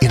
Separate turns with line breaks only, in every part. in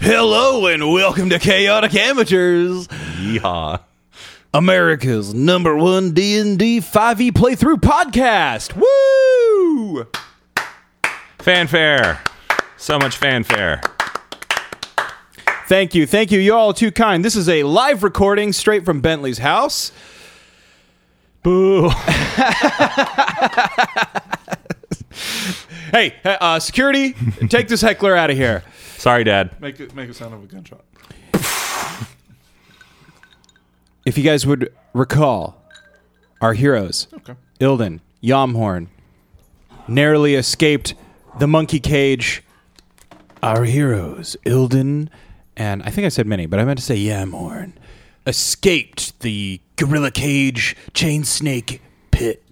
Hello and welcome to Chaotic Amateurs,
Yeehaw.
America's number one D and D five E playthrough podcast. Woo!
Fanfare. So much fanfare.
Thank you, thank you. You're all too kind. This is a live recording straight from Bentley's house. Boo! hey, uh, security, take this heckler out of here.
Sorry, Dad.
Make it make a sound of a gunshot.
If you guys would recall, our heroes,
Okay.
Ilden, Yomhorn, narrowly escaped the monkey cage. Our heroes, Ilden, and I think I said many, but I meant to say Yamhorn, escaped the gorilla cage chain snake pit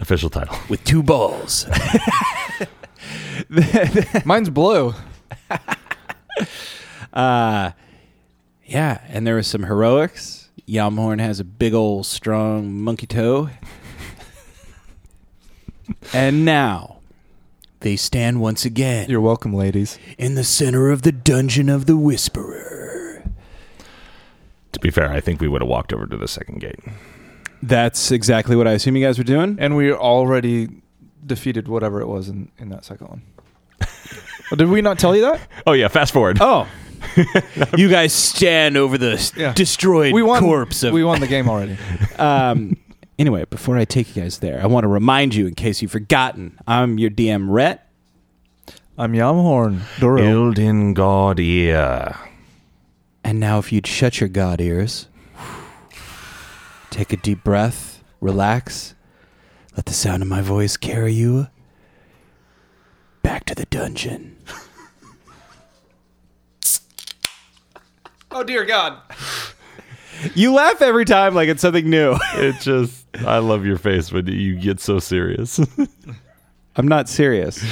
Official title.
with two balls.
Mine's blue.
yeah, and there was some heroics. Yamhorn has a big old strong monkey toe. and now they stand once again.
You're welcome, ladies.
in the center of the dungeon of the whisperer.
To be fair, I think we would have walked over to the second gate.
That's exactly what I assume you guys were doing.
And we already defeated whatever it was in, in that second one. Oh, Did we not tell you that?
Oh, yeah, fast forward.
Oh, you guys stand over the s-
Yeah.
destroyed
We won.
corpse of.
we won the game already.
Um, anyway, before I take you guys there, I want to remind you, in case you've forgotten, I'm your DM, Rhett.
I'm Yamhorn Doro.
Building God ear.
And now, if you'd shut your god ears, take a deep breath, relax, let the sound of my voice carry you back to the dungeon.
Oh dear God!
You laugh every time like it's something new.
It just, I love your face when you get so serious.
I'm not serious.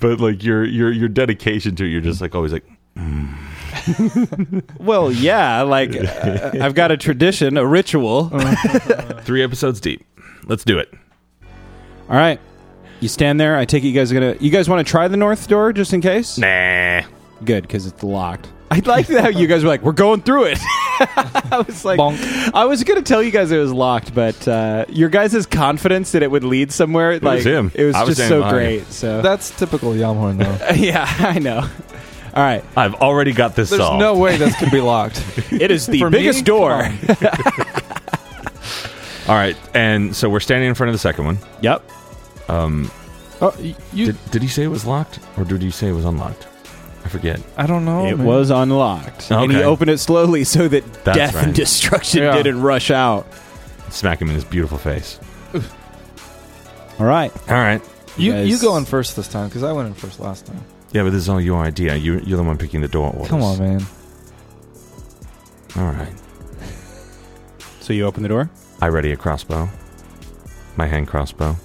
but like your your your dedication to it, you're just like always like,
Well, yeah, like uh, I've got a tradition, a ritual. All
three episodes deep. Let's do it.
right. You stand there. I take it you guys are going to You guys want to try the north door just in case?
Nah.
Good cuz it's locked. I like that how you guys were like, "We're going through it." I was like
Bonk.
I was going to tell you guys it was locked, but uh, your guys' confidence that it would lead somewhere like
was him.
it was
I was
just
standing
so
behind
great.
you.
So
That's typical Yamhorn though.
yeah, I know. All right.
I've already got this
There's
solved.
no way this could be locked.
It is the
For me?
biggest door.
Come
All right. And so we're standing in front of the second one.
Yep.
Oh, y- you?
Did, did he say it was locked or did he say it was unlocked? I forget.
I don't know.
It
man.
was unlocked. And he
Okay.
opened it slowly so that
That's
death and
right.
destruction
Yeah.
didn't rush out.
Smack him in his beautiful face.
All right.
All right.
You,
guys-
you go in first this time because I went in first last time.
Yeah, but this is all your idea. You, you're the one picking the door orders.
Come on, man.
All right.
So you open the door.
I ready a crossbow, my hand crossbow,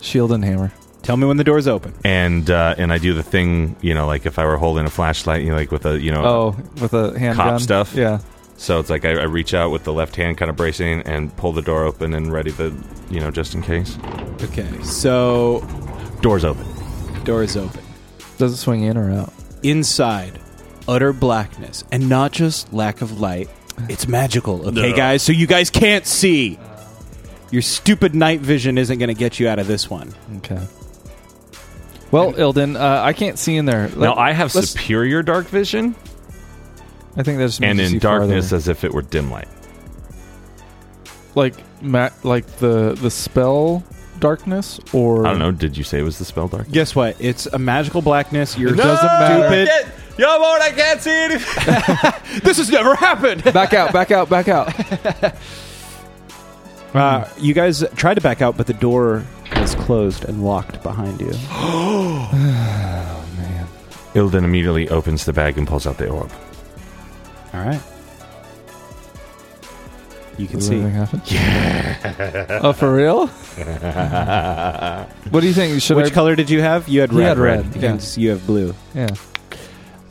Shield and hammer.
Tell me when the door's open.
and uh, and I do the thing, you know, like if I were holding a flashlight, you know, like with a, you know,
Oh, with a handgun.
stuff?
Yeah.
so it's like I, I reach out with the left hand, kind of bracing, and pull the door open and ready the, you know, just in case.
Okay. So
Door's open.
door is open.
Does it swing in or out?
Inside, utter blackness, and not just lack of light. It's magical. Okay, guys. So you guys can't see. Your stupid night vision isn't going to get you out of this one.
Okay. Well, Ilden, uh, I can't see in there.
now I have
let's-
superior dark vision,
I think that's
and in darkness as if it were dim light.
like ma- like the the spell darkness, or
I don't know. Did you say it was the spell dark?
Guess what? It's a magical blackness. You're
It doesn't matter.
stupid.
Yo, Lord, I can't see anything.
This has never happened.
Back out, back out, back out.
Uh, you guys tried to back out, but the door was closed and locked behind you.
Ilden immediately opens the bag and pulls out the orb.
All right. You can
Does
see.
anything happen? Yeah. oh, for real? what do you think? Should
Which
I?
color did you have? You had
He
red.
had
right?
red,
You
yeah.
can- You have blue.
yeah.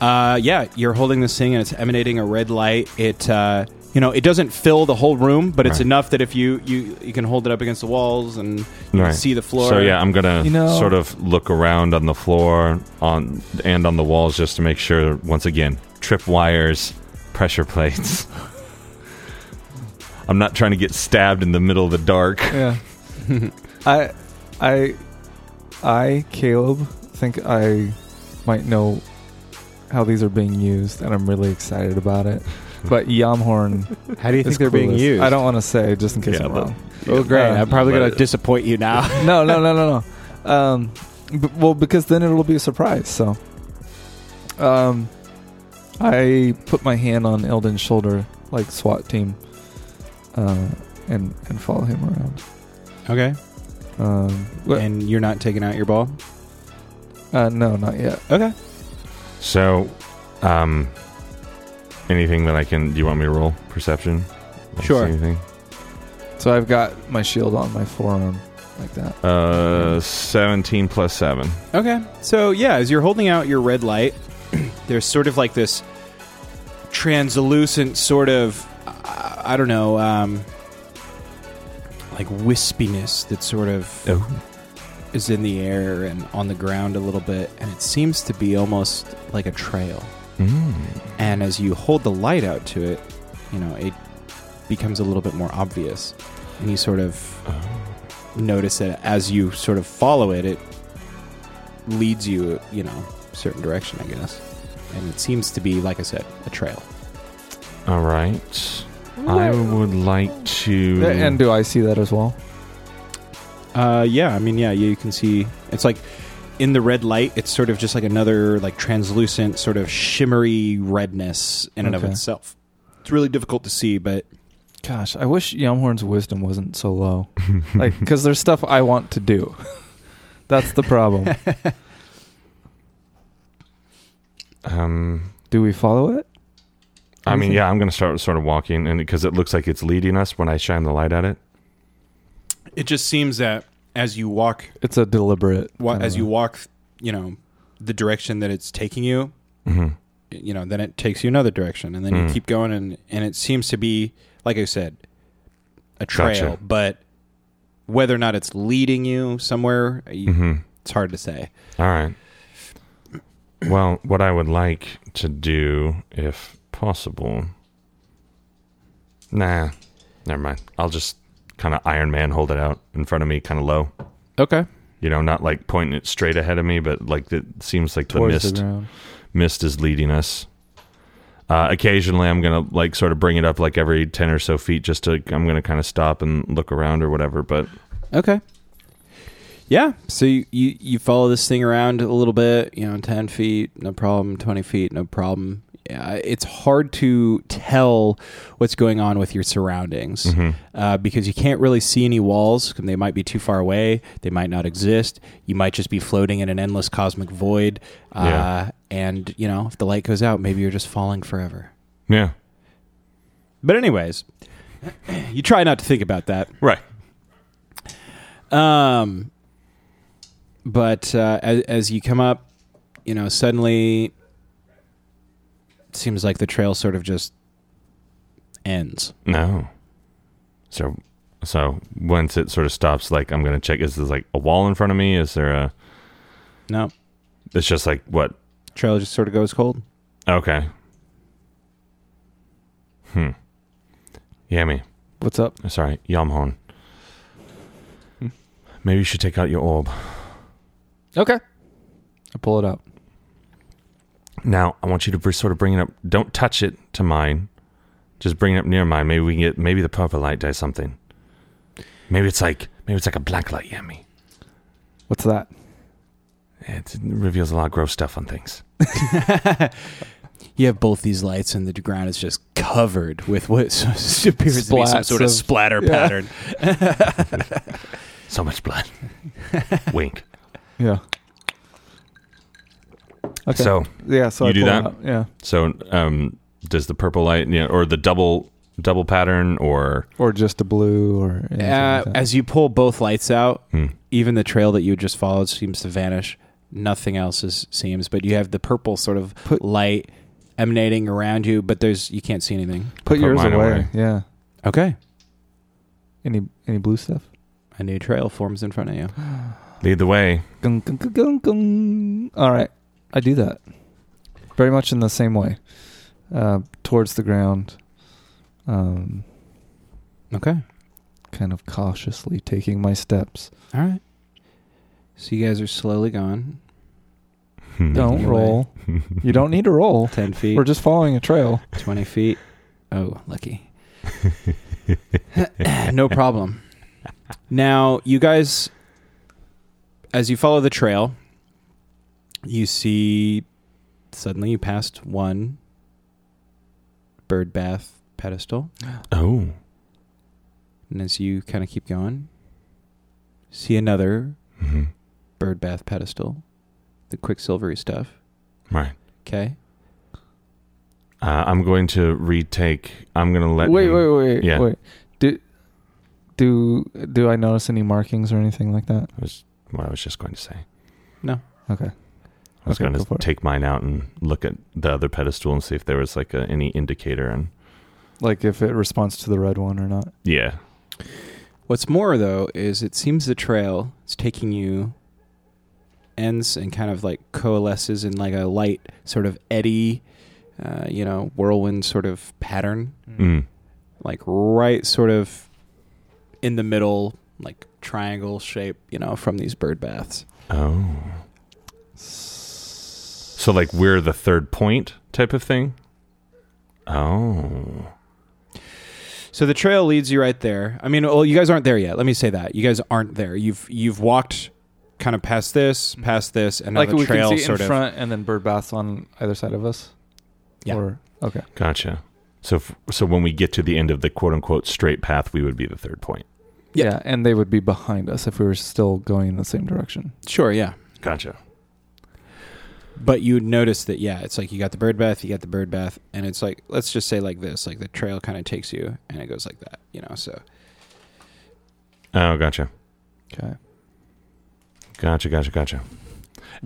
Uh, yeah, you're holding this thing and it's emanating a red light. It uh, you know it doesn't fill the whole room, but it's
Right.
enough that if you you you can hold it up against the walls and you
Right.
can see the floor.
So yeah, I'm gonna
You know-
sort of look around on the floor on and on the walls just to make sure. Once again, trip wires, pressure plates. I'm not trying to get stabbed in the middle of the dark.
Yeah. I, I, I, Caleb, think I might know how these are being used, and I'm really excited about it. But Yamhorn
How do you
is
think they're being
clueless.
used?
I don't want to say just in case
Yeah,
I'm
but-
wrong.
Oh, great!
Uh,
I'm probably gonna
but-
disappoint you now.
No, no, no, no, no. Um, b- well, because then it'll be a surprise. So, um, I put my hand on Eldon's shoulder, like SWAT team, uh, and and follow him around.
okay,
Um, wh-
and you're not taking out your ball.
uh, no, not yet.
Okay.
So, um, anything that I can? Do you want me to roll perception? Like,
Sure.
see Anything?
So I've got my shield on my forearm like that.
Uh, seventeen plus seven.
Okay. So yeah, as you're holding out your red light, there's sort of like this translucent sort of I I don't know, um, like wispiness that sort of
Oh.
is in the air and on the ground a little bit, and it seems to be almost like a trail.
Mm.
And as you hold the light out to it, you know it becomes a little bit more obvious, and you sort of notice that as you sort of follow it, it leads you, you know, a certain direction, I guess. And it seems to be, like I said, a trail.
All right. I would like to.
And do I see that as well?
Uh, yeah, I mean, yeah, you can see it's like in the red light. It's sort of just like another like translucent, sort of shimmery redness in and of
Okay.
itself. It's really difficult to see, but
Gosh, I wish Yamhorn's wisdom wasn't so low. like, because there's stuff I want to do. That's the problem.
um,
do we follow it?
I mean,
Anything?
yeah, I'm going to start sort of walking, and because it looks like it's leading us when I shine the light at it.
it just seems that as you walk,
It's a deliberate.
wa-
kind
as
of-
you
Mm-hmm.
walk, you know, the direction that it's taking you, you know, then it takes you another direction, and then
Mm-hmm. Mm.
you keep going, and and it seems to be, like I said, a trail.
Gotcha.
But whether or not it's leading you somewhere, you-
Mm-hmm.
it's hard to say.
All right. Well, what I would like to do, if possible. Nah, never mind. I'll just kind of Iron Man hold it out in front of me, kind of low.
Okay.
You know, not like pointing it straight ahead of me, but like it seems like the
towards the
mist
ground.
mist is leading us. Uh, occasionally, I'm gonna like sort of bring it up like every ten or so feet, just to I'm gonna kind of stop and look around or whatever. But
Okay. Yeah. So you, you you follow this thing around a little bit, you know, ten feet, no problem. Twenty feet, no problem. Yeah, it's hard to tell what's going on with your surroundings uh, because you can't really see any walls. 'cause They might be too far away. They might not exist. You might just be floating in an endless cosmic void. Uh,
Yeah.
And you know, if the light goes out, maybe you're just falling forever.
yeah,
But anyways, you try not to think about that.
right.
Um, but uh, as, as you come up, you know, suddenly it seems like the trail sort of just ends.
No. So, so once it sort of stops, like I'm gonna check. Is there like a wall in front of me? Is there a?
No,
It's just like what?
trail just sort of goes cold.
Okay. Hmm. Yummy.
What's up?
Sorry, Yamhorn. Maybe you should take out your orb.
Okay. I pull it out.
Now I want you to br- sort of bring it up. Don't touch it to mine. Just bring it up near mine. Maybe we can get. Maybe the purple light does something. Maybe it's like. Maybe it's like a black light. Yummy.
What's that?
It reveals a lot of gross stuff on things.
You have both these lights, and the ground is just covered with what s- appears to be some
Splats
sort of,
of-
splatter
yeah.
pattern.
So much blood. Wink.
Yeah. Okay.
So
yeah, so
you
I
do
pull
that?
out. Yeah,
so um, does the purple light, you know, or the double double pattern, or
or just a blue, or anything
Uh,
like that.
as you pull both lights out,
Hmm.
even the trail that you just followed seems to vanish. Nothing else is, seems, but you have the purple sort of
Put-
light emanating around you, but there's you can't see anything.
put,
put
yours
mine
away.
away.
Yeah.
Okay,
Any any blue stuff?
a new trail forms in front of you.
lead the way?
Gung, gung, gung, gung, gung. All right, I do that. Very much in the same way, uh, towards the ground, um,
Okay,
kind of cautiously taking my steps.
all right. So you guys are slowly gone.
Hmm.
Don't
your
roll. you don't need to roll.
Ten feet,
We're just following a trail.
20 feet. Oh, lucky. no problem. Now, you guys, as you follow the trail, you see suddenly you passed one bird bath pedestal.
Oh,
And as you kind of keep going, see another
Mhm.
bird bath pedestal, the quicksilvery stuff.
right.
Okay.
Uh, I'm going to retake. I'm going to let.
wait,
him-
wait, wait,
Yeah.
wait. Do do do I notice any markings or anything like that?
Was what I was just going to say.
Okay.
I was
Okay,
going
go for
to
it.
take mine out and look at the other pedestal and see if there was like a, any indicator. And
Like if it responds to the red one or not.
yeah,
What's more, though, is it seems the trail is taking you ends and kind of like coalesces in like a light sort of eddy, uh, you know, whirlwind sort of pattern,
Hmm.
mm.
like right sort of in the middle, like triangle shape, you know, from these bird baths.
oh, so like we're the third point type of thing. Oh,
So the trail leads you right there. I mean, well, you guys aren't there yet. Let me say that you guys aren't there. You've you've walked kind of past this, past this, and now
like
the
we
trail
can see
sort
in
of
front and then bird baths on either side of us.
Yeah.
Or okay.
gotcha. So f- so when we get to the end of the quote unquote straight path, we would be the third point.
Yeah.
Yeah, and they would be behind us if we were still going in the same direction.
sure, yeah.
Gotcha.
But you notice that, yeah, it's like you got the bird bath, you got the bird bath, and it's like, let's just say like this, like the trail kind of takes you and it goes like that, you know? So,
Oh, gotcha.
Okay.
Gotcha. Gotcha. Gotcha.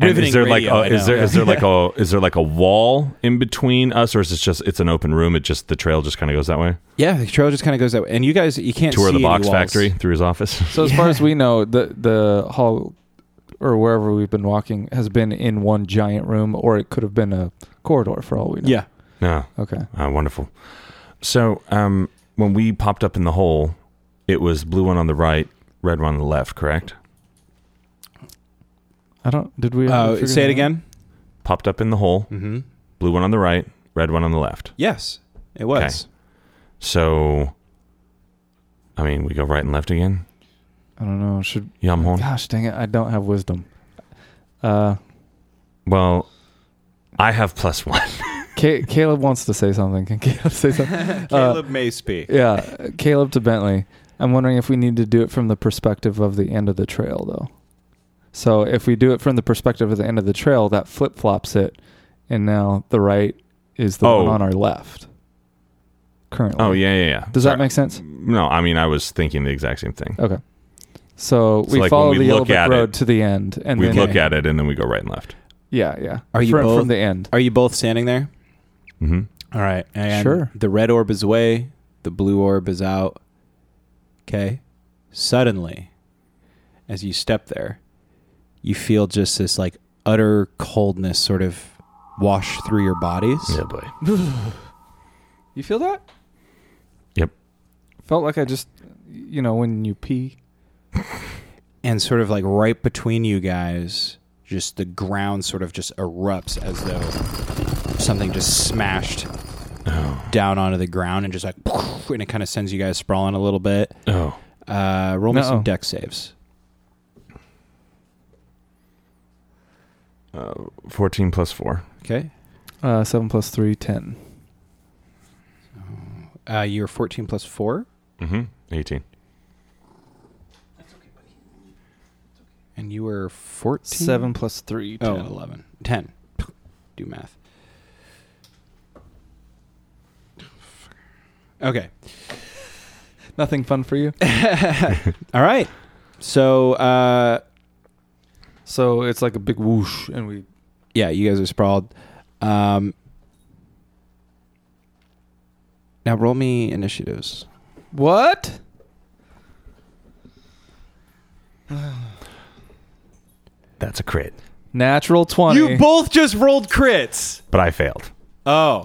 And is there
radio, I
like a, is
know.
there is there like a is there like a wall in between us, or is it just it's an open room? It just the trail just kind of goes that way.
yeah, the trail just kind of goes that way. And you guys, you can't
Tour
see
the
any
box
walls.
factory through his office.
So as far as we know, the the hall or wherever we've been walking has been in one giant room, or it could have been a corridor for all we know.
Yeah.
No,
Okay.
Ah, wonderful. So um, when we popped up in the hole, it was blue one on the right, red one on the left. Correct.
I don't. Did we? already
Uh,
figure
say
that
it
out?
again.
Popped up in the hole,
Mm-hmm.
blue one on the right, red one on the left.
Yes, it was.
So, I mean, we go right and left again.
I don't know. Should
Yum horn.
gosh dang it! I don't have wisdom. Uh,
Well, I have plus one.
Ca- Caleb wants to say something. Can Caleb say something?
Uh,
Uh,
Caleb may speak.
yeah, Caleb to Bentley. I'm wondering if we need to do it from the perspective of the end of the trail, though. So if we do it from the perspective of the end of the trail, that flip flops it, and now the right is the
Oh.
one on our left. Currently.
Oh yeah, yeah, yeah.
Does
Sorry.
that make sense?
No, I mean I was thinking the exact same thing.
Okay. So
So,
we
like, when
follow
we
the yellow
look
brick
at
road
it,
to the end, and
we
then
look at it and then we go right and left.
yeah, yeah.
Are you
from,
both-
from the end?
Are you both standing there?
hmm
All right. And
Sure.
The red orb is away. The blue orb is out. Okay. Suddenly, as you step there, you feel just this like utter coldness sort of wash through your bodies.
Yeah, boy.
You feel that?
Yep.
Felt like I just, you know, when you pee.
And sort of like right between you guys, just the ground sort of just erupts as though something just smashed down onto the ground and just like, and it kind of sends you guys sprawling a little bit.
Oh,
Uh, roll me some
Uh-oh.
deck saves.
uh, 14 plus four.
Okay.
Uh, seven plus three, ten.
Oh, Uh, you're 14 plus 4,
Mm-hmm. 18.
and you were 14?
Seven plus three.
Oh,
10.
11. 10. Do math. Okay.
Nothing fun for you.
All right. So, uh,
So it's like a big whoosh, and we
yeah, you guys are sprawled. Um, now roll me initiatives.
what?
That's a crit.
Natural twenty.
both just rolled crits.
But I failed.
Oh.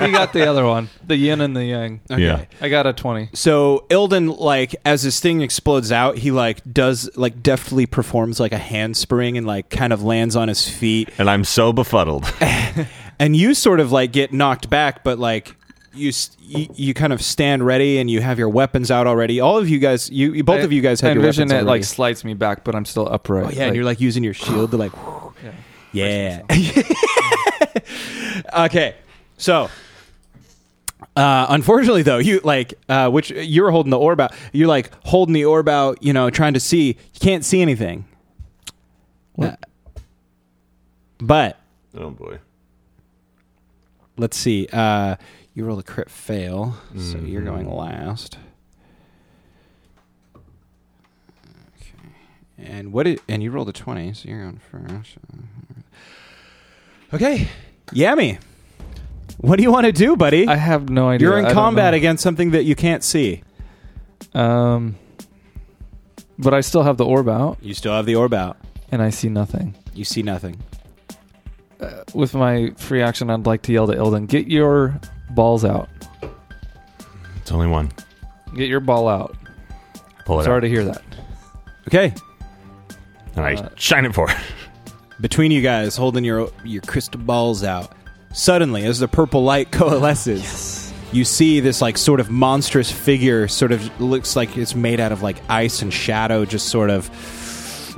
you got the other one, the yin and the yang.
Okay.
Yeah.
I got a twenty.
So Ilden, like, as this thing explodes out, he like does like deftly performs like a handspring and like kind of lands on his feet.
And I'm so befuddled.
And you sort of like get knocked back, but like you s- you, you kind of stand ready and you have your weapons out already. All of you guys, you, you both of you guys
I
have your
envision
weapons
it
already.
like slides me back, but I'm still upright.
oh yeah, and you're like using your shield to like, whew,
yeah.
yeah. okay, so. Uh, unfortunately, though, you like uh, which you're holding the orb out. You're like holding the orb out, you know, trying to see. You can't see anything.
What?
Uh, but
oh, boy.
let's see. Uh, you rolled a crit fail, so you're going last. Okay. And what? Did, and you rolled a twenty, so you're going first. Okay, Yami, what do you want to do, buddy?
I have no idea.
you're in
I don't
combat
know.
against something that you can't see.
Um, but I still have the orb out,
You still have the orb out.
and I see nothing.
You see nothing.
Uh, with my free action, I'd like to yell to Ilden, "Get your balls out!
It's only one.
Get your ball out!"
Pull it
Sorry
out.
to hear that.
Okay,
And I
uh,
shine it forward.
between you guys, holding your your crystal balls out. Suddenly, as the purple light coalesces, you see this like sort of monstrous figure sort of looks like it's made out of like ice and shadow just sort of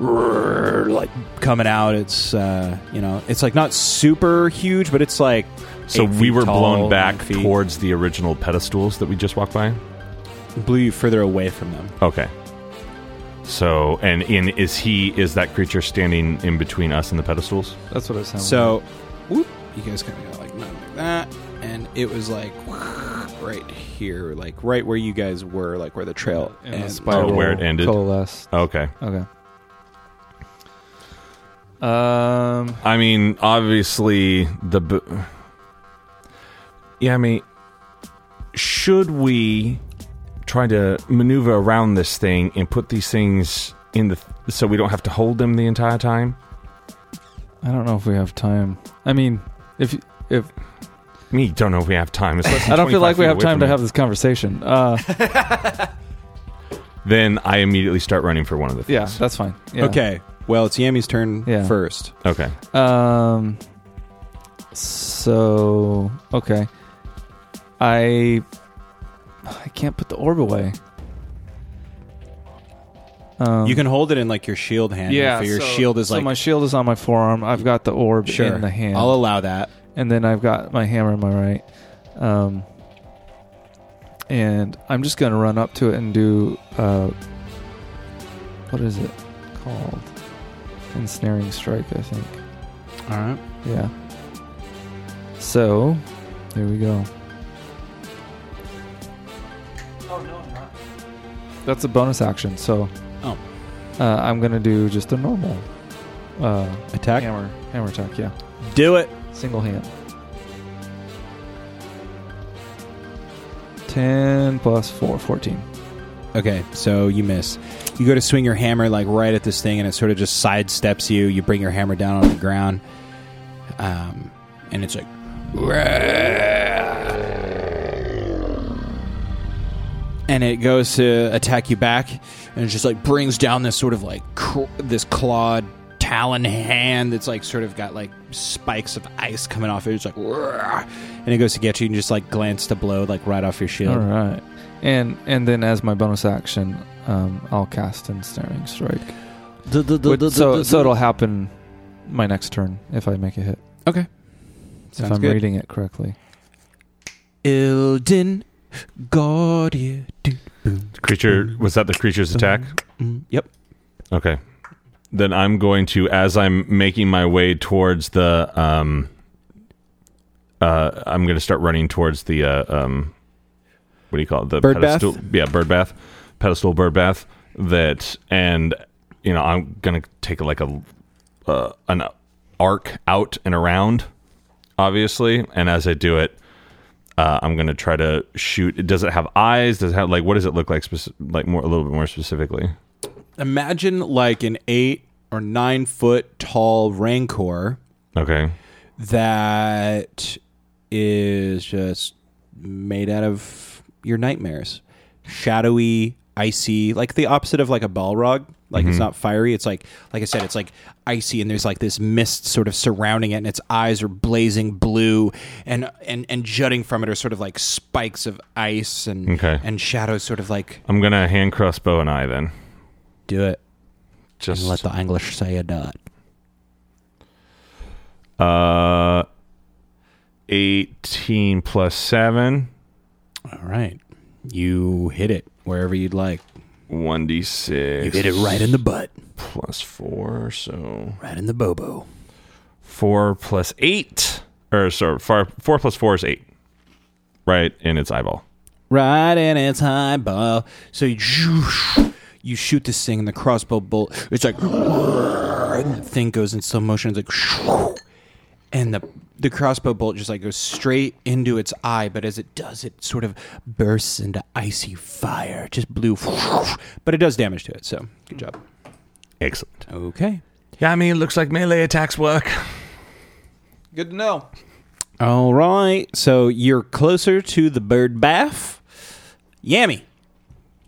like coming out it's uh you know it's like not super huge but it's like
So
eight
we
feet
were
tall,
blown
nine
back
feet.
towards the original pedestals that we just walked by.
blew you further away from them
Okay. So and in is he is that creature standing in between us and the pedestals?
That's what it sounds like.
so whoop, you guys kind of got like nothing like that and it was like right here like right where you guys were like where the trail
And
ends.
the spiral
Oh, where it ended.
coalesced.
Okay.
Okay. Um,
I mean, obviously the. B- yeah, I mean, should we try to maneuver around this thing and put these things in the so we don't have to hold them the entire time?
I don't know if we have time. I mean, if if
I mean, you don't know if we have time. It's less than
I don't feel
25
like we
feet
have
away
time
from
to
me.
have this conversation. Uh,
Then I immediately start running for one of the
yeah,
things.
that's fine. Yeah.
okay well it's yami's turn
Yeah.
first
Okay.
Um. So okay, I I can't put the orb away. Um,
You can hold it in like your shield hand.
yeah.
Yeah, your
so-
shield is
so
like
my shield is on my forearm. I've got the orb
sure.
in the hand.
I'll allow that.
and then I've got my hammer in my right. Um, and I'm just gonna run up to it and do uh, what is it called? Ensnaring strike, I think.
All right.
Yeah. So, there we go. Oh no, That's a bonus action. So,
Oh.
uh, I'm gonna do just a normal uh,
Attack.
hammer hammer attack. Yeah,
Do it.
single hand. 10 plus 4, 14.
Okay, so you miss. You go to swing your hammer like right at this thing, and it sort of just sidesteps you. You bring your hammer down on the ground, um, and it's like. And it goes to attack you back, and it just like brings down this sort of like cr- this clawed talon hand that's like sort of got like spikes of ice coming off it. It's like, and it goes to get you, and just like glance to blow like right off your shield.
All right. And and then as my bonus action, um, I'll cast Ensnaring Strike. Which- so, so it'll happen my next turn if I make a hit.
Okay.
if I'm reading it correctly.
Ilden Guardia. Do, boom,
Creature was that the creature's attack?
mm. Yep.
Okay. Then I'm going to, as I'm making my way towards the, um, uh, I'm going to start running towards the, uh, um, what do you call it? The
Bird bath?
pedestal. Yeah, bird bath, pedestal bird bath. That and you know I'm going to take like a uh, an arc out and around, obviously. And as I do it, uh, I'm going to try to shoot. Does it have eyes? Does it have like what does it look like? Speci- like more a little bit more specifically.
Imagine like an eight or nine foot tall rancor
Okay.
that is just made out of your nightmares. Shadowy, icy, like the opposite of like a Balrog. Like it's not fiery. It's like, like I said, it's like icy, and there's like this mist sort of surrounding it, and its eyes are blazing blue, and and and jutting from it are sort of like spikes of ice and
Okay.
and shadows, sort of like
I'm gonna hand crossbow an eye then.
do it.
Just
Let the English say a dot.
uh, eighteen plus seven,
All right, you hit it wherever you'd like.
one d six.
You hit it right in the butt,
plus four, so
right in the bobo.
four plus eight, or sorry, four, four plus four is eight, right in its eyeball.
right in its eyeball. So you, you shoot this thing, and the crossbow bolt. It's like and the thing goes in slow motion. It's like, and the the crossbow bolt just like goes straight into its eye. But as it does, it sort of bursts into icy fire, just blue. But it does damage to it. So good job.
Excellent.
Okay.
Yeah, I mean, it looks like melee attacks work.
Good to know.
All right. So you're closer to the bird bath. Yammy.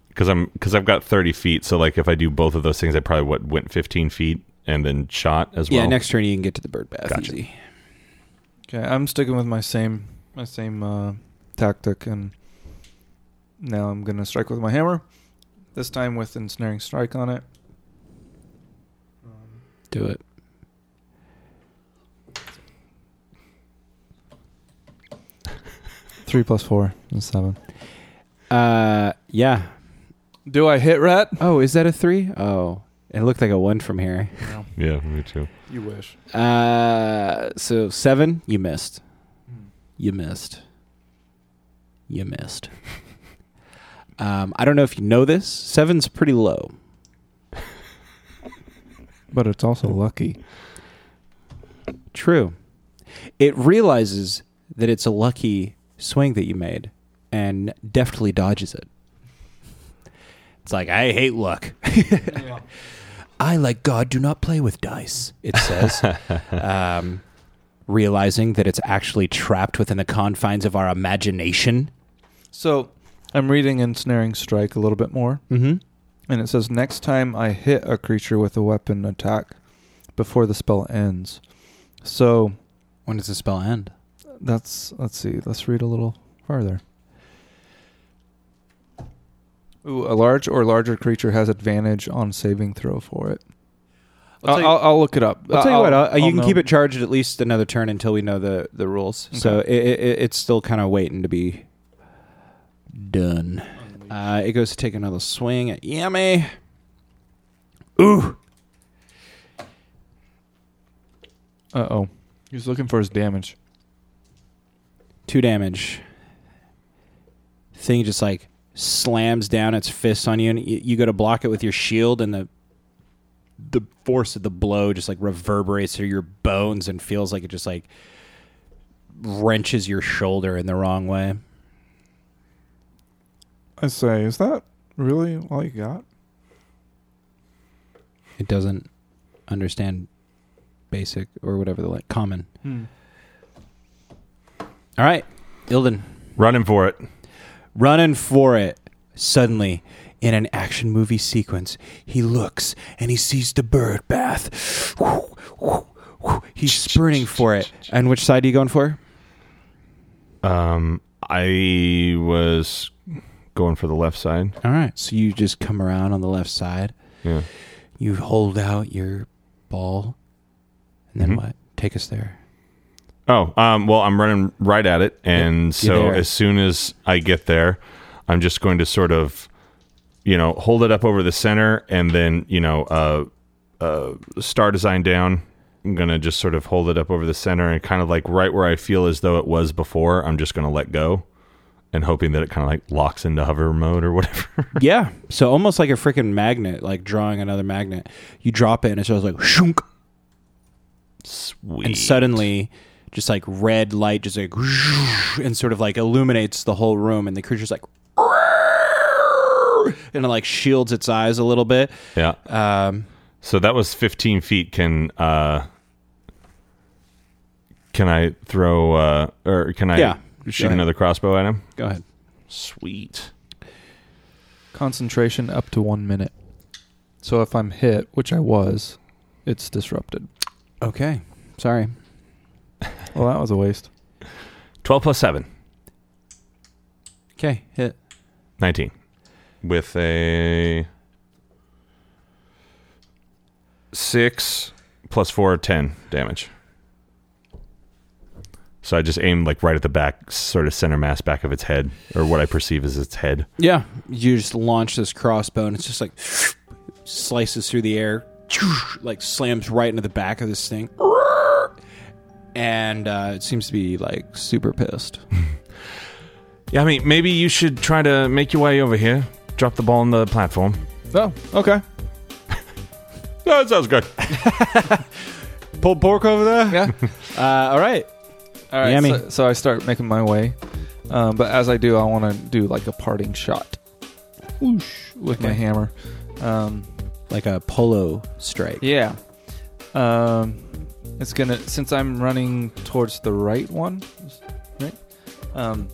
Because I'm because I've got thirty feet, so like if I do both of those things, I probably what went fifteen feet and then shot as well.
yeah. Next turn you can get to the bird bath.
Gotcha.
Easy.
Okay, I'm sticking with my same my same uh, tactic, and now I'm gonna strike with my hammer. This time with ensnaring strike on it.
Do it.
Three plus four is seven.
Uh, yeah.
Do I hit rat?
Oh, is that a three? Oh, it looked like a one from here.
No,
Yeah, me too.
you wish.
Uh, so seven, you missed. You missed. You missed. Um, I don't know if you know this. Seven's pretty low.
But it's also lucky.
True. It realizes that it's a lucky swing that you made and deftly dodges it. It's like, I hate luck. I, like God, do not play with dice, it says. um, realizing that it's actually trapped within the confines of our imagination.
So I'm reading ensnaring strike a little bit more.
Mm
And it says next time I hit a creature with a weapon attack before the spell ends. So
When does the spell end?
that's let's see, let's read a little farther. Ooh, a large or larger creature has advantage on saving throw for it.
I'll tell
I'll,
you-
I'll, I'll look it up.
I'll, tell you what. I'll, you can
know.
keep it charged at least another turn until we know the the rules. So it, it, it- it's still kind of waiting to be done. Uh, it goes to take another swing at Yami. Ooh,
Uh oh, he's looking for his damage.
two damage. Thing just like slams down its fist on you, and you, you go to block it with your shield, and the the force of the blow just like reverberates through your bones and feels like it just like wrenches your shoulder in the wrong way.
I say, is that really all you got?
it doesn't understand basic or whatever the like common. All right, Ilden,
Running for it.
running for it. Suddenly, in an action movie sequence, he looks and he sees the bird bath. He's sprinting for it. And which side are you going for?
Um, I was going for the left side.
All right, so you just come around on the left side.
Yeah.
You hold out your ball, and then
Mhm.
what? Take us there.
Oh, um, well, I'm running right at it, and so
there.
as soon as I get there, I'm just going to sort of, you know, hold it up over the center, and then you know, uh, uh, star design down. I'm gonna just sort of hold it up over the center, and kind of like right where I feel as though it was before. I'm just gonna let go, and hoping that it kind of like locks into hover mode or whatever.
Yeah. So almost like a freaking magnet, like drawing another magnet. You drop it and it's just like shunk,
Sweet.
and suddenly, just like red light, just like and sort of like illuminates the whole room, and the creature's like. And it like shields its eyes a little bit.
yeah.
Um,
So that was 15 feet. Can uh, can I throw uh, or can I
Yeah. Go
shoot
ahead.
another crossbow at him?
go ahead.
Sweet.
Concentration up to one minute. So if I'm hit, which I was, it's disrupted.
Okay. Sorry.
Well, that was a waste.
12 plus 7,
Okay. Hit.
19. With a 6 plus 4, 10 damage. So I just aim like right at the back, sort of center mass back of its head, or what I perceive as its head.
Yeah. You just launch this crossbow and it's just like slices through the air, like slams right into the back of this thing. And uh, it seems to be like super pissed.
Yeah, I mean, maybe you should try to make your way over here. Drop the ball on the platform.
Oh, okay.
That sounds good.
Pull pork over there?
Yeah.
Uh, all right.
All right.
Yummy.
So, so I start making my way, um, but as I do, I want to do like a parting shot, whoosh, with my
Okay.
hammer. Um,
Like a polo strike.
yeah. Um, it's gonna since I'm running towards the right one, right? Um,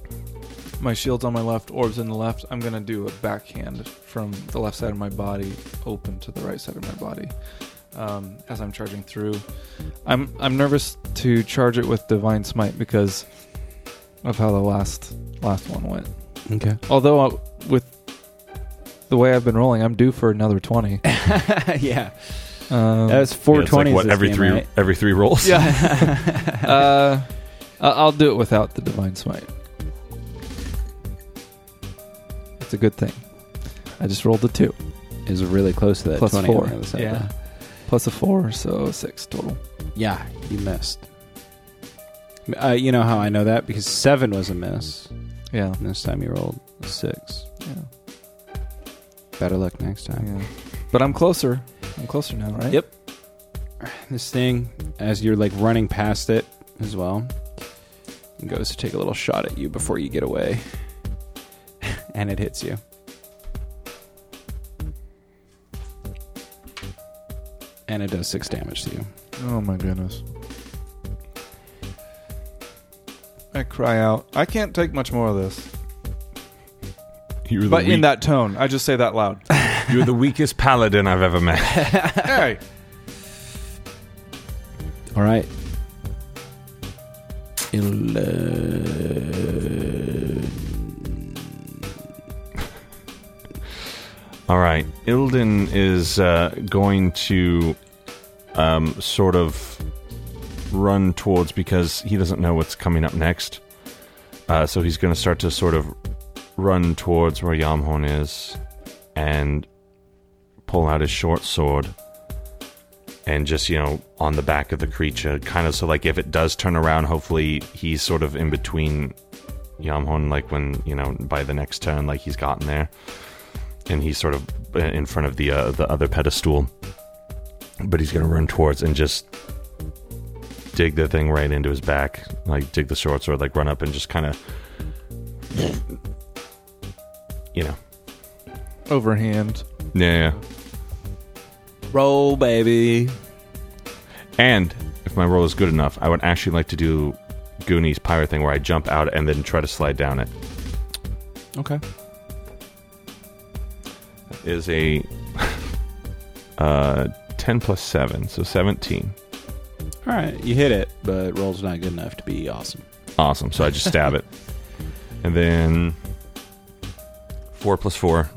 my shield's on my left, orbs in the left. I'm gonna do a backhand from the left side of my body, open to the right side of my body. Um, as I'm charging through, I'm I'm nervous to charge it with divine smite because of how the last last one went.
Okay.
Although uh, with the way I've been rolling, I'm due for another twenty.
yeah.
Um,
That was 420.
what every three every three rolls.
Yeah. uh, I- I'll do it without the divine smite. It's a good thing. I just rolled a two
Is really close to that
Plus
20
four.
on the other side.
Yeah. plus a four, so six total.
Yeah, you missed. Uh, you know how I know that because seven was a miss.
Yeah.
And this time you rolled a six.
Yeah.
Better luck next time.
yeah. But I'm closer. I'm closer now, right?
Yep. This thing, as you're like running past it as well, goes to take a little shot at you before you get away, and it hits you. And it does six damage to you.
Oh my goodness. I cry out. I can't take much more of this.
You're the,
But in
weak-
that tone, I just say that loud.
you're the weakest paladin I've ever met.
hey.
All right. Ele-
All right, Ilden is uh, going to um, sort of run towards because he doesn't know what's coming up next. Uh, so he's going to start to sort of run towards where Yamhorn is and pull out his short sword and just, you know, on the back of the creature. Kind of so, like, if it does turn around, hopefully he's sort of in between Yamhorn, like, when, you know, by the next turn, like, he's gotten there. And he's sort of uh, in front of the uh, the other pedestal, but he's gonna run towards and just dig the thing right into his back, like dig the short sword, like run up and just kind of, you know,
Overhand.
Yeah.
Roll, baby.
And if my roll is good enough, I would actually like to do Goonies pirate thing where I jump out and then try to slide down it.
Okay.
Is a uh, ten plus seven, so seventeen.
All right, you hit it, but roll's not good enough to be awesome.
Awesome. So I just stab it, and then four plus four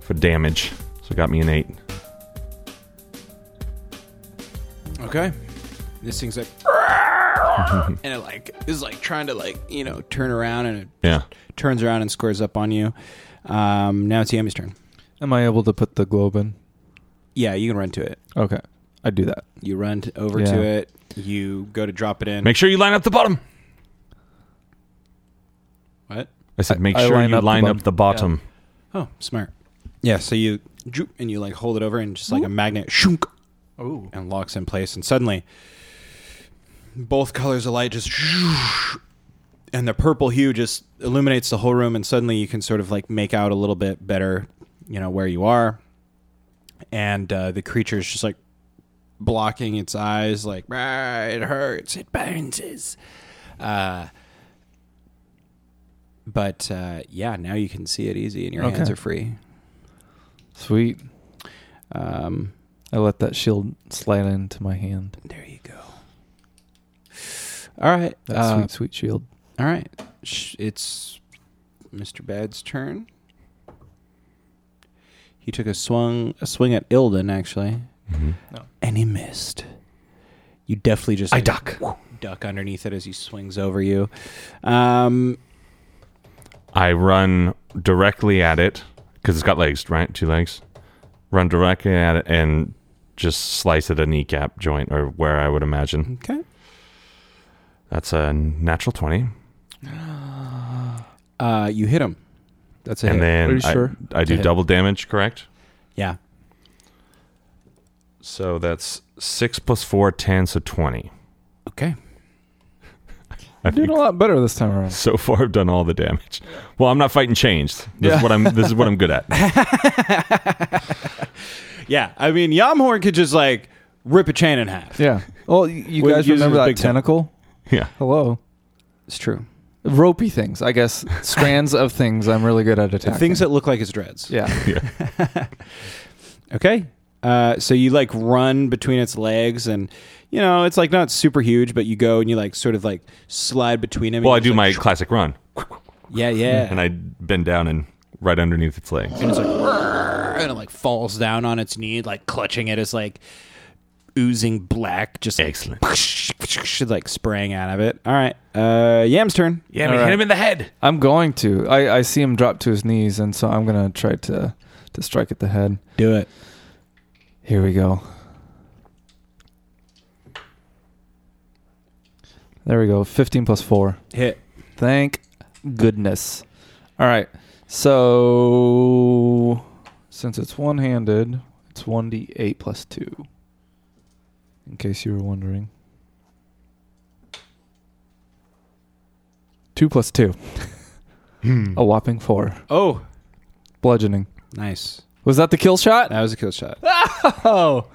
for damage. So it got me an eight.
Okay. This thing's like and it like is like trying to like you know turn around and it
Yeah.
turns around and squares up on you. Um, now it's Yami's turn.
Am I able to put the globe in?
Yeah, you can run to it.
Okay, I do that.
You run t- over
Yeah.
to it. You go to drop it in.
Make sure you line up the bottom.
what?
I said, make
I
sure
line
you
up the
line
bottom.
up the bottom.
Oh, smart. Yeah, so you droop and you like hold it over and just like a magnet shunk
Oh,
and locks in place and suddenly both colors of light just and the purple hue just illuminates the whole room and suddenly you can sort of like make out a little bit better, you know, where you are. And uh, the creature is just like blocking its eyes like "Ah, it hurts, it burns. us." Uh but uh, yeah, now you can see it easy, and your hands
Okay.
are free.
sweet.
Um,
I let that shield slide into my hand.
there you go. All right.
That
uh,
sweet, sweet shield.
All right. Sh- It's Mr. Bad's turn. He took a swung a swing at Ilden actually, and he missed. You definitely just
I
like,
duck.
duck underneath it as he swings over you. Um,
I run directly at it because it's got legs, right? Two legs. Run directly at it and just slice at a kneecap joint or where I would imagine.
okay.
That's a natural 20.
Uh, you hit him. That's a
And
hit.
then
Are you
I,
sure?
I do
hit.
double damage, correct?
yeah.
So that's 6 plus 4, 10, so 20.
Okay.
I
Doing
think
a lot better this time around.
so far I've done all the damage. Well, I'm not fighting changed. This is what I'm this is what I'm good at.
Yeah. I mean, Yamhorn could just like rip a chain in half.
Yeah. Well, you, you
Well,
guys
it uses
remember
big
that
time.
tentacle?
Yeah.
Hello.
It's true.
Ropey things, I guess. Strands of things. I'm really good at attacking.
Things that look like his dreads.
Yeah.
Yeah.
Okay. Uh, so you like run between its legs, and you know it's like not super huge, but you go and you like sort of like slide between them.
Well, I
and you
do my
just, like,
classic run
yeah, yeah,
and I bend down and right underneath its legs.
and it's like "Rrrr," and it like falls down on its knee, like clutching it as like oozing black, just like,
Excellent.
like spraying out of it. All right, uh, Yam's turn.
Yeah,
I mean, hit him
in the head.
I'm going to. I, I see him drop to his knees, and so I'm going to try to to strike at the head.
Do it.
Here we go. There we go. 15 plus 4.
Hit.
Thank goodness. All right. So, since it's one handed, it's 1d8 plus 2. In case you were wondering. 2 plus 2. A whopping 4.
Oh,
Bludgeoning.
nice.
Was that the kill shot?
That was a kill shot.
Oh.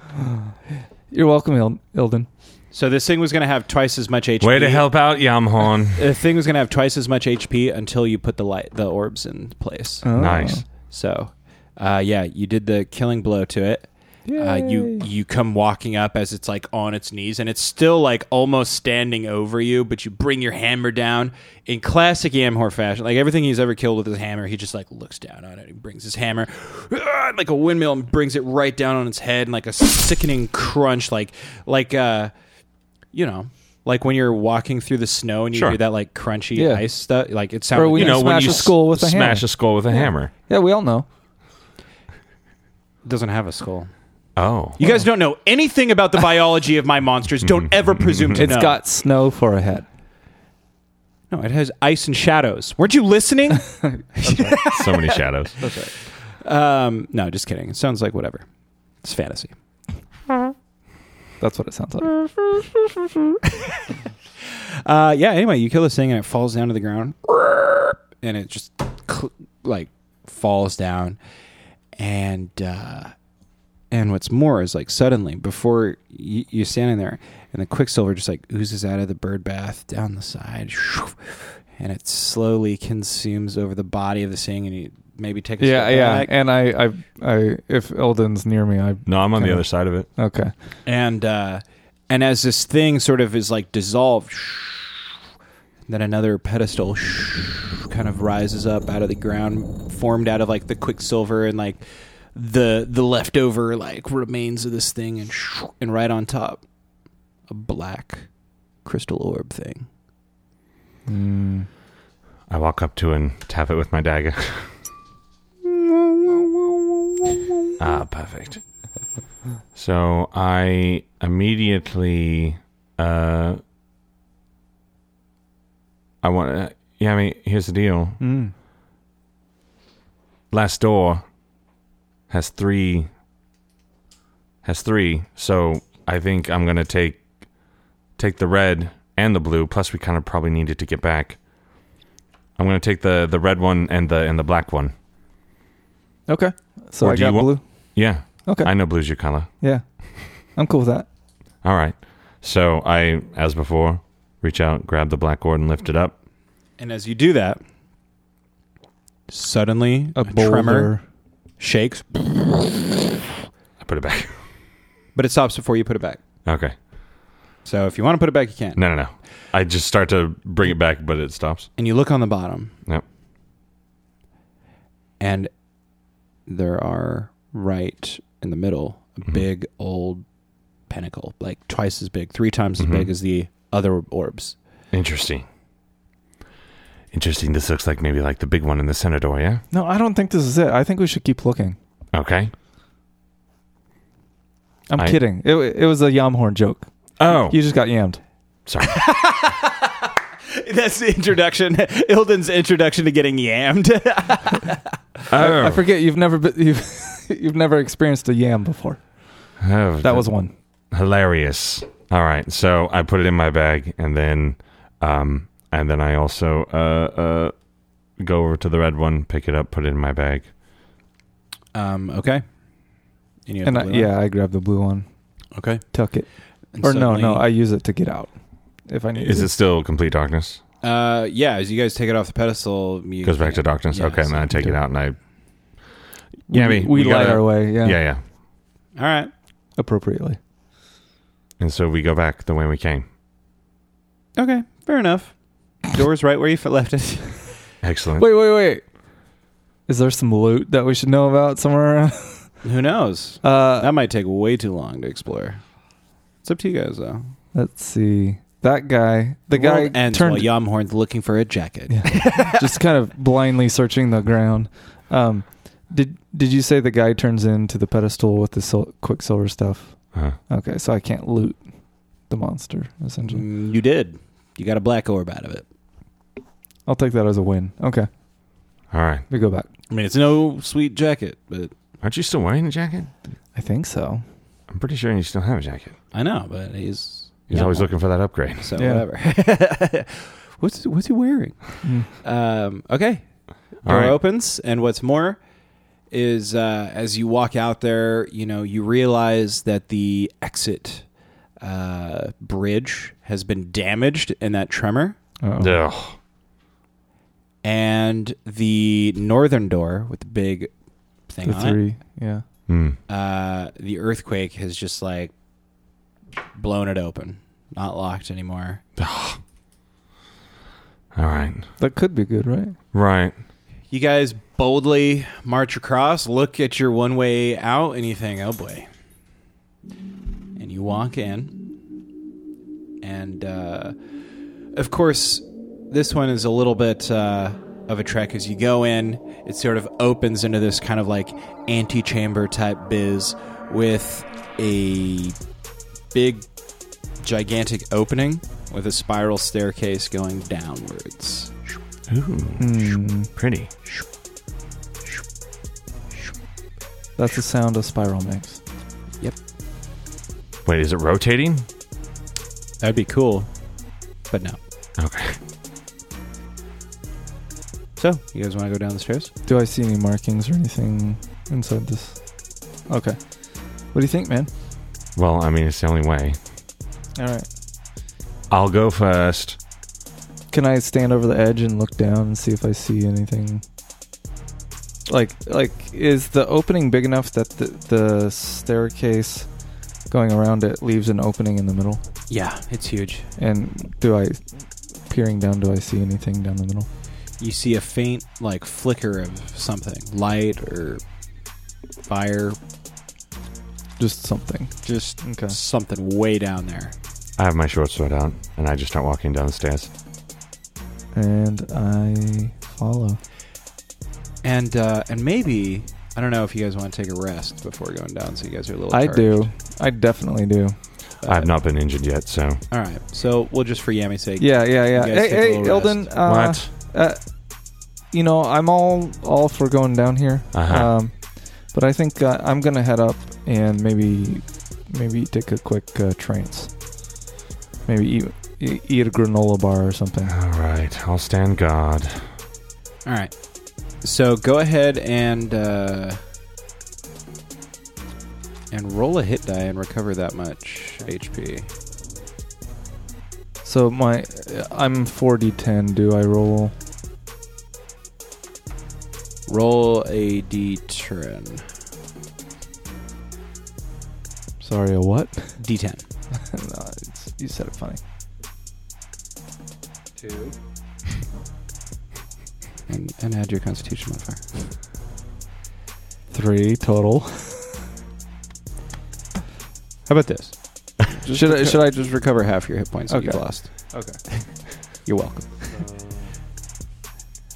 You're welcome, Il- Ilden.
So this thing was gonna have twice as much HP.
Way to help out, Yamhorn.
The thing was gonna have twice as much HP until you put the light, the orbs in place.
Oh.
Nice.
So, uh, yeah, you did the killing blow to it. Uh, you
Yay.
you come walking up as it's like on its knees and it's still like almost standing over you, but you bring your hammer down in classic Yamhor fashion. Like everything he's ever killed with his hammer, he just like looks down on it. He brings his hammer ah, like a windmill and brings it right down on its head and like a sickening crunch, like like uh, you know. Like when you're walking through the snow and you
Sure.
hear that like crunchy
Yeah.
ice stuff, like it
Or
sounds.
when you
You know, when
smash
you
a skull with a
smash
hammer.
a skull with a hammer.
Yeah, we all know.
doesn't have a skull.
Oh.
You guys don't know anything about the biology of my monsters. Don't ever presume to
Mm-hmm. It's
know.
got snow for a head.
no, it has ice and shadows. Weren't you listening?
so many shadows.
um, no, just kidding. It sounds like whatever. It's fantasy.
That's what it sounds like.
Uh, yeah. Anyway, you kill this thing and it falls down to the ground, and it just cl- like falls down, and uh, and what's more is like suddenly before you, you're standing there, and the quicksilver just like oozes out of the bird bath down the side, and it slowly consumes over the body of the thing, and you maybe take a
Yeah,
step
yeah.
back.
And I, I, I, if Elden's near me, I
No, I'm on the
Kinda.
other side of it.
okay.
and uh, and as this thing sort of is like dissolved, then another pedestal kind of rises up out of the ground, formed out of like the quicksilver and like the the leftover like remains of this thing, and and right on top, a black crystal orb thing.
Mm.
I walk up to and tap it with my dagger. ah, perfect. So I immediately, uh, I want to. Yeah, I mean, here's the deal.
Mm.
Last door has three. Has three. So I think I'm gonna take take the red and the blue. Plus, we kind of probably needed to get back. I'm gonna take the the red one and the and the black one.
Okay. So
Or
I
do you
got
want-
blue.
Yeah.
Okay.
I know blue's your color.
Yeah. I'm cool with that.
All right. So I, as before, reach out, grab the black cord, and lift it up.
And as you do that, suddenly a, tremor
boulder.
shakes,
I put it back.
but it stops before you put it back.
Okay.
So if you want to put it back, you can.
No, no, no. I just start to bring it back, but it stops.
And you look on the bottom.
Yep.
And there are right in the middle a
Mm-hmm.
Mhm.
big old pinnacle, like twice as big, three times as
Mhm.
Mm-hmm.
big as the other orbs.
Interesting. Interesting. This looks like maybe like the big one in the center door, yeah?
No, I don't think this is it. I think we should keep looking.
Okay.
I'm
I-
kidding. It, it was a Yamhorn joke.
Oh,
You just got yammed.
sorry.
That's the introduction. Ilden's introduction to getting yammed.
Oh,
I forget you've never been, you've you've never experienced a yam before.
Oh,
That was one.
hilarious. All right. So I put it in my bag, and then, um, and then I also uh, uh, go over to the red one, pick it up, put it in my bag.
um, okay. And, you have
And
the
I,
blue one?
yeah, I grabbed the blue one,
Okay.
tuck it.
And
Or no, no,
suddenly-
I use it to get out if I need
Is
to.
it still complete darkness?
Uh, yeah, as you guys take it off the pedestal, you
goes back to darkness.
Yeah, so
okay, and then I
you
take
do
it out and I.
We,
Yeah, I mean,
we, light
gotta-
our way, yeah,
Yeah. yeah,
All right.
appropriately.
And so we go back the way we came.
Okay. Fair enough. Door's right where you f- left it.
Excellent.
Wait, wait, wait. Is there some loot that we should know about somewhere?
Who knows?
Uh,
That might take way too long to explore. It's up to you guys, though.
let's see. That guy, the guy
world ends
turned
while Yamhorn's looking for a jacket.
Yeah. just kind of blindly searching the ground. Um, did did you say the guy turns into the pedestal with the sil- quicksilver stuff?
Uh,
Okay, so I can't loot the monster essentially.
Mm, you did. You got a black orb out of it.
I'll take that as a win. Okay,
all right.
we go back.
I mean, it's no sweet jacket, but
Aren't you still wearing a jacket?
I think so.
I'm pretty sure you still have a jacket.
I know. But he's
He's always looking for that upgrade.
So
Yeah.
whatever. what's what's he wearing?
Mm.
Um, okay.
All
Door
right.
opens, and what's more is uh, as you walk out there, you know, you realize that the exit uh, bridge has been damaged in that tremor,
Uh-oh.
Ugh.
and the northern door with the big thing
The
on it,
three, yeah.
Mm.
uh, the earthquake has just like blown it open, not locked anymore.
All right.
That could be good, right?
Right.
You guys boldly march across, look at your one way out, and you think, oh boy. And you walk in. And, uh, of course, this one is a little bit uh, of a trek as you go in. It sort of opens into this kind of like antechamber type biz with a big, gigantic opening with a spiral staircase going downwards.
Ooh,
Mm,
pretty.
that's the sound a spiral makes.
Wait, is it rotating?
That'd be cool, but no.
Okay.
So, you guys want to go down the stairs?
Do I see any markings or anything inside this? Okay. What do you think, man?
Well, I mean, it's the only way.
All right.
I'll go first.
Can I stand over the edge and look down and see if I see anything? Like, like, is the opening big enough that the, the staircase going around it leaves an opening in the middle?
Yeah, it's huge.
And do I, peering down, do I see anything down the middle?
You see a faint, like, flicker of something light or fire,
Just something.
just
Okay.
something way down there.
I have my short sword out, and I just start walking down the stairs.
and I follow.
And uh, and maybe I don't know if you guys want to take a rest before going down, so you guys are a little.
I
charged,
do. I definitely do.
but-
I've not been injured yet, so
All right, so we'll just for Yami's sake.
Yeah, yeah, yeah.
guys
Hey,
take a
hey,
little
Eldon.
rest.
Uh,
what?
Uh, you know, I'm all all for going down here.
Uh-huh.
Um, but I think uh, I'm gonna head up and maybe maybe take a quick uh, trance. Maybe eat e- eat a granola bar or something.
All right, I'll stand guard.
All right. So go ahead and uh, and roll a hit die and recover that much HP.
So my I'm 4d10. Do I roll?
Roll a d10.
Sorry, a what?
D10.
no, it's, you said it funny.
Two. And, and add your Constitution modifier.
Three total.
How about this?
should
Uh,
I, should I just
Recover half your hit points that you've
Okay.
lost.
Okay.
You're welcome.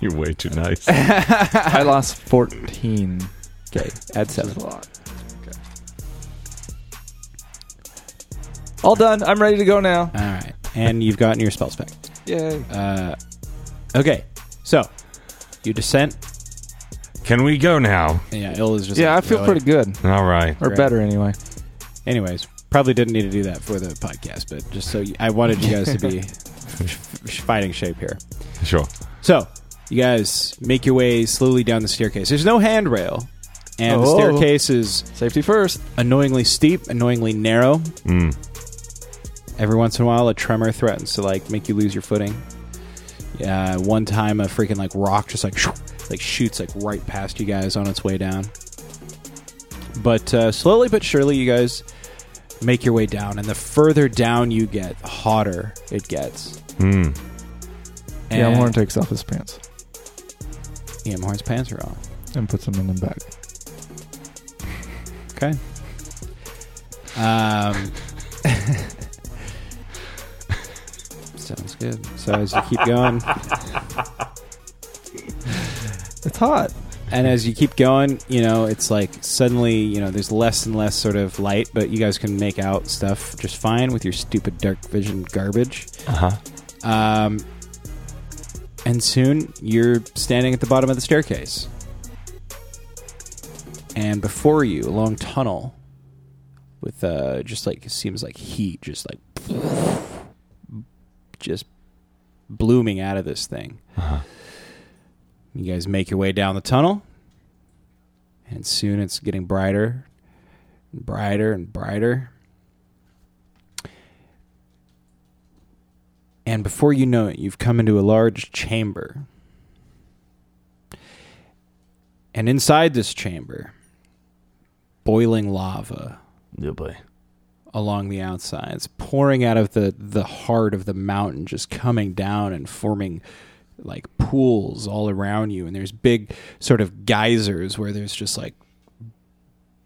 You're way too nice.
I lost 14.
Okay, add seven.
All done. I'm ready to go now.
All right, and you've gotten your spells back.
Yay.
Uh, okay, so you descent.
Can we go now?
Yeah, Il is just.
Yeah, I
like,
feel
really?
pretty good.
All right.
Or
Great.
better, anyway.
Anyways, probably didn't need to do that for the podcast, but just so you, I wanted you guys to be f- fighting shape here.
Sure.
So you guys make your way slowly down the staircase. There's no handrail, and the
Oh.
staircase is
Safety first.
annoyingly steep, annoyingly narrow.
Mm.
Every once in a while, a tremor threatens to like make you lose your footing. Yeah, one time a freaking like rock just like shoo, like shoots like right past you guys on its way down. But uh, slowly but surely, you guys make your way down, and the further down you get, the hotter it gets.
Mm.
And
yeah, Warren takes off his pants
Yeah, Horn's pants are off.
and puts them in the bag.
Okay. Um, sounds good. So as you keep going,
It's hot.
and as you keep going, you know, it's like suddenly, you know, there's less and less sort of light, but you guys can make out stuff just fine with your stupid dark vision garbage.
Uh huh.
Um, and soon you're standing at the bottom of the staircase. And before you, a long tunnel with uh, just like, it seems like heat just like just blooming out of this thing.
Uh-huh.
You guys make your way down the tunnel, and soon it's getting brighter and brighter and brighter. And before you know it, you've come into a large chamber. And inside this chamber, boiling lava
Yeah, boy.
along the outsides, pouring out of the, the heart of the mountain, just coming down and forming like pools all around you. And there's big sort of geysers where there's just like,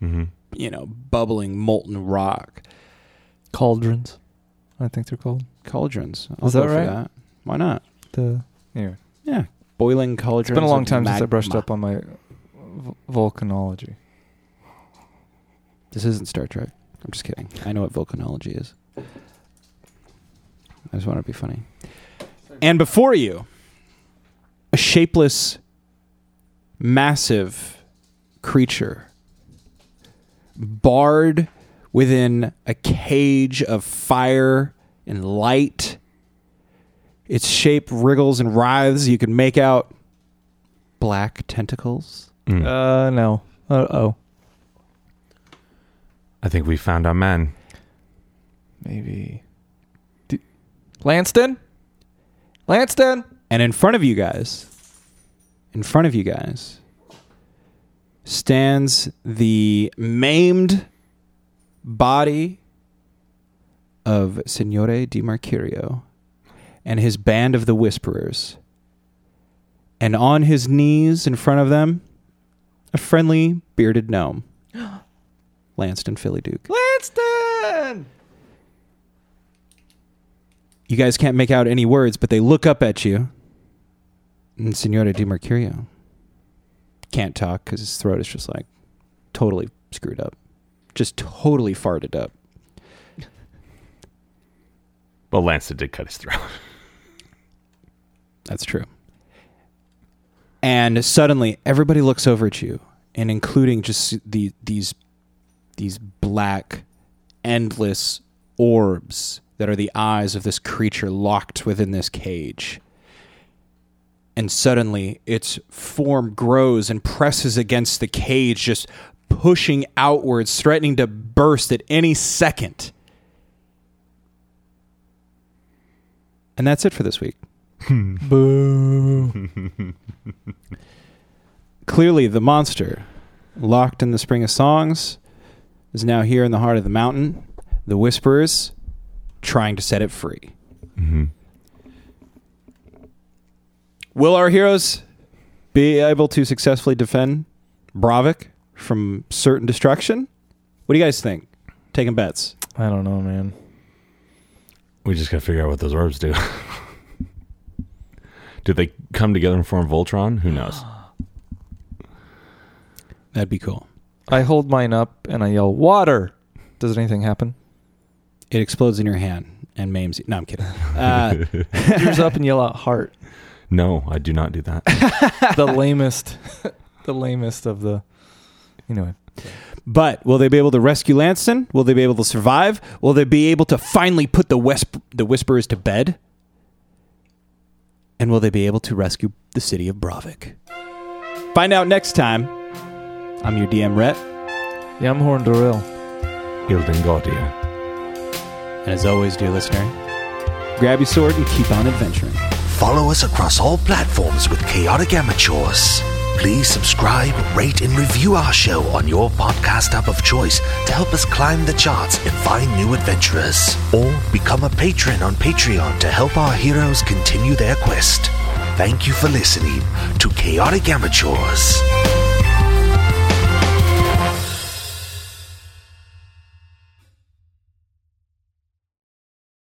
Mm-hmm.
you know, bubbling molten rock.
Cauldrons. I think they're called.
Cauldrons.
Is that
go for
right?
Why not?
The anyway.
Yeah. Boiling cauldrons.
It's been a long
of
time since I
magma.
brushed up on my v- volcanology.
This isn't Star Trek. I'm just kidding. I know what volcanology is. I just want to be funny. And before you, a shapeless, massive creature, barred within a cage of fire and light. Its shape wriggles and writhes. You can make out black tentacles.
Mm.
Uh, no. Uh oh.
I think we found our man.
Maybe. D- Lanston? Lanston?
And in front of you guys, in front of you guys, stands the maimed body of Signore Di Mercurio and his band of the Whisperers. And on his knees in front of them, a friendly bearded gnome, Lanston Philly Duke.
Lanston!
You guys can't make out any words, but they look up at you. And Senora Di Mercurio can't talk because his throat is just like totally screwed up, just totally farted up.
Well, Lancer did cut his throat.
That's true. And suddenly, everybody looks over at you, and including just the these these black, endless orbs that are the eyes of this creature locked within this cage. And suddenly, its form grows and presses against the cage, just pushing outwards, threatening to burst at any second. And that's it for this week. clearly the monster locked in the spring of songs is now here in the heart of the mountain the whisperers trying to set it free will our heroes be able to successfully defend bravik from certain destruction what do you guys think taking bets
I don't know, man.
We just gotta figure out what those orbs do. do they come together and form Voltron? Who knows?
that'd be cool
I hold mine up and I yell, "Water!" Does anything happen?
it explodes in your hand and maims you no i'm kidding uh,
Ears up and yell out, "Heart!"
No, I do not do that.
The lamest, the lamest of the. Anyway,
But will they be able to rescue Lanston? Will they be able to survive? Will they be able to finally put the West, the Whisperers to bed? And will they be able to rescue the city of Bravik? Find out next time. I'm your DM, Rhett.
Yamhorn Doril.
Ilden Gaudier.
And as always, dear listener, grab your sword and keep on adventuring.
Follow us across all platforms with Chaotic Amateurs. Please subscribe, rate, and review our show on your podcast app of choice to help us climb the charts and find new adventurers. Or become a patron on Patreon to help our heroes continue their quest. Thank you for listening to Chaotic Amateurs.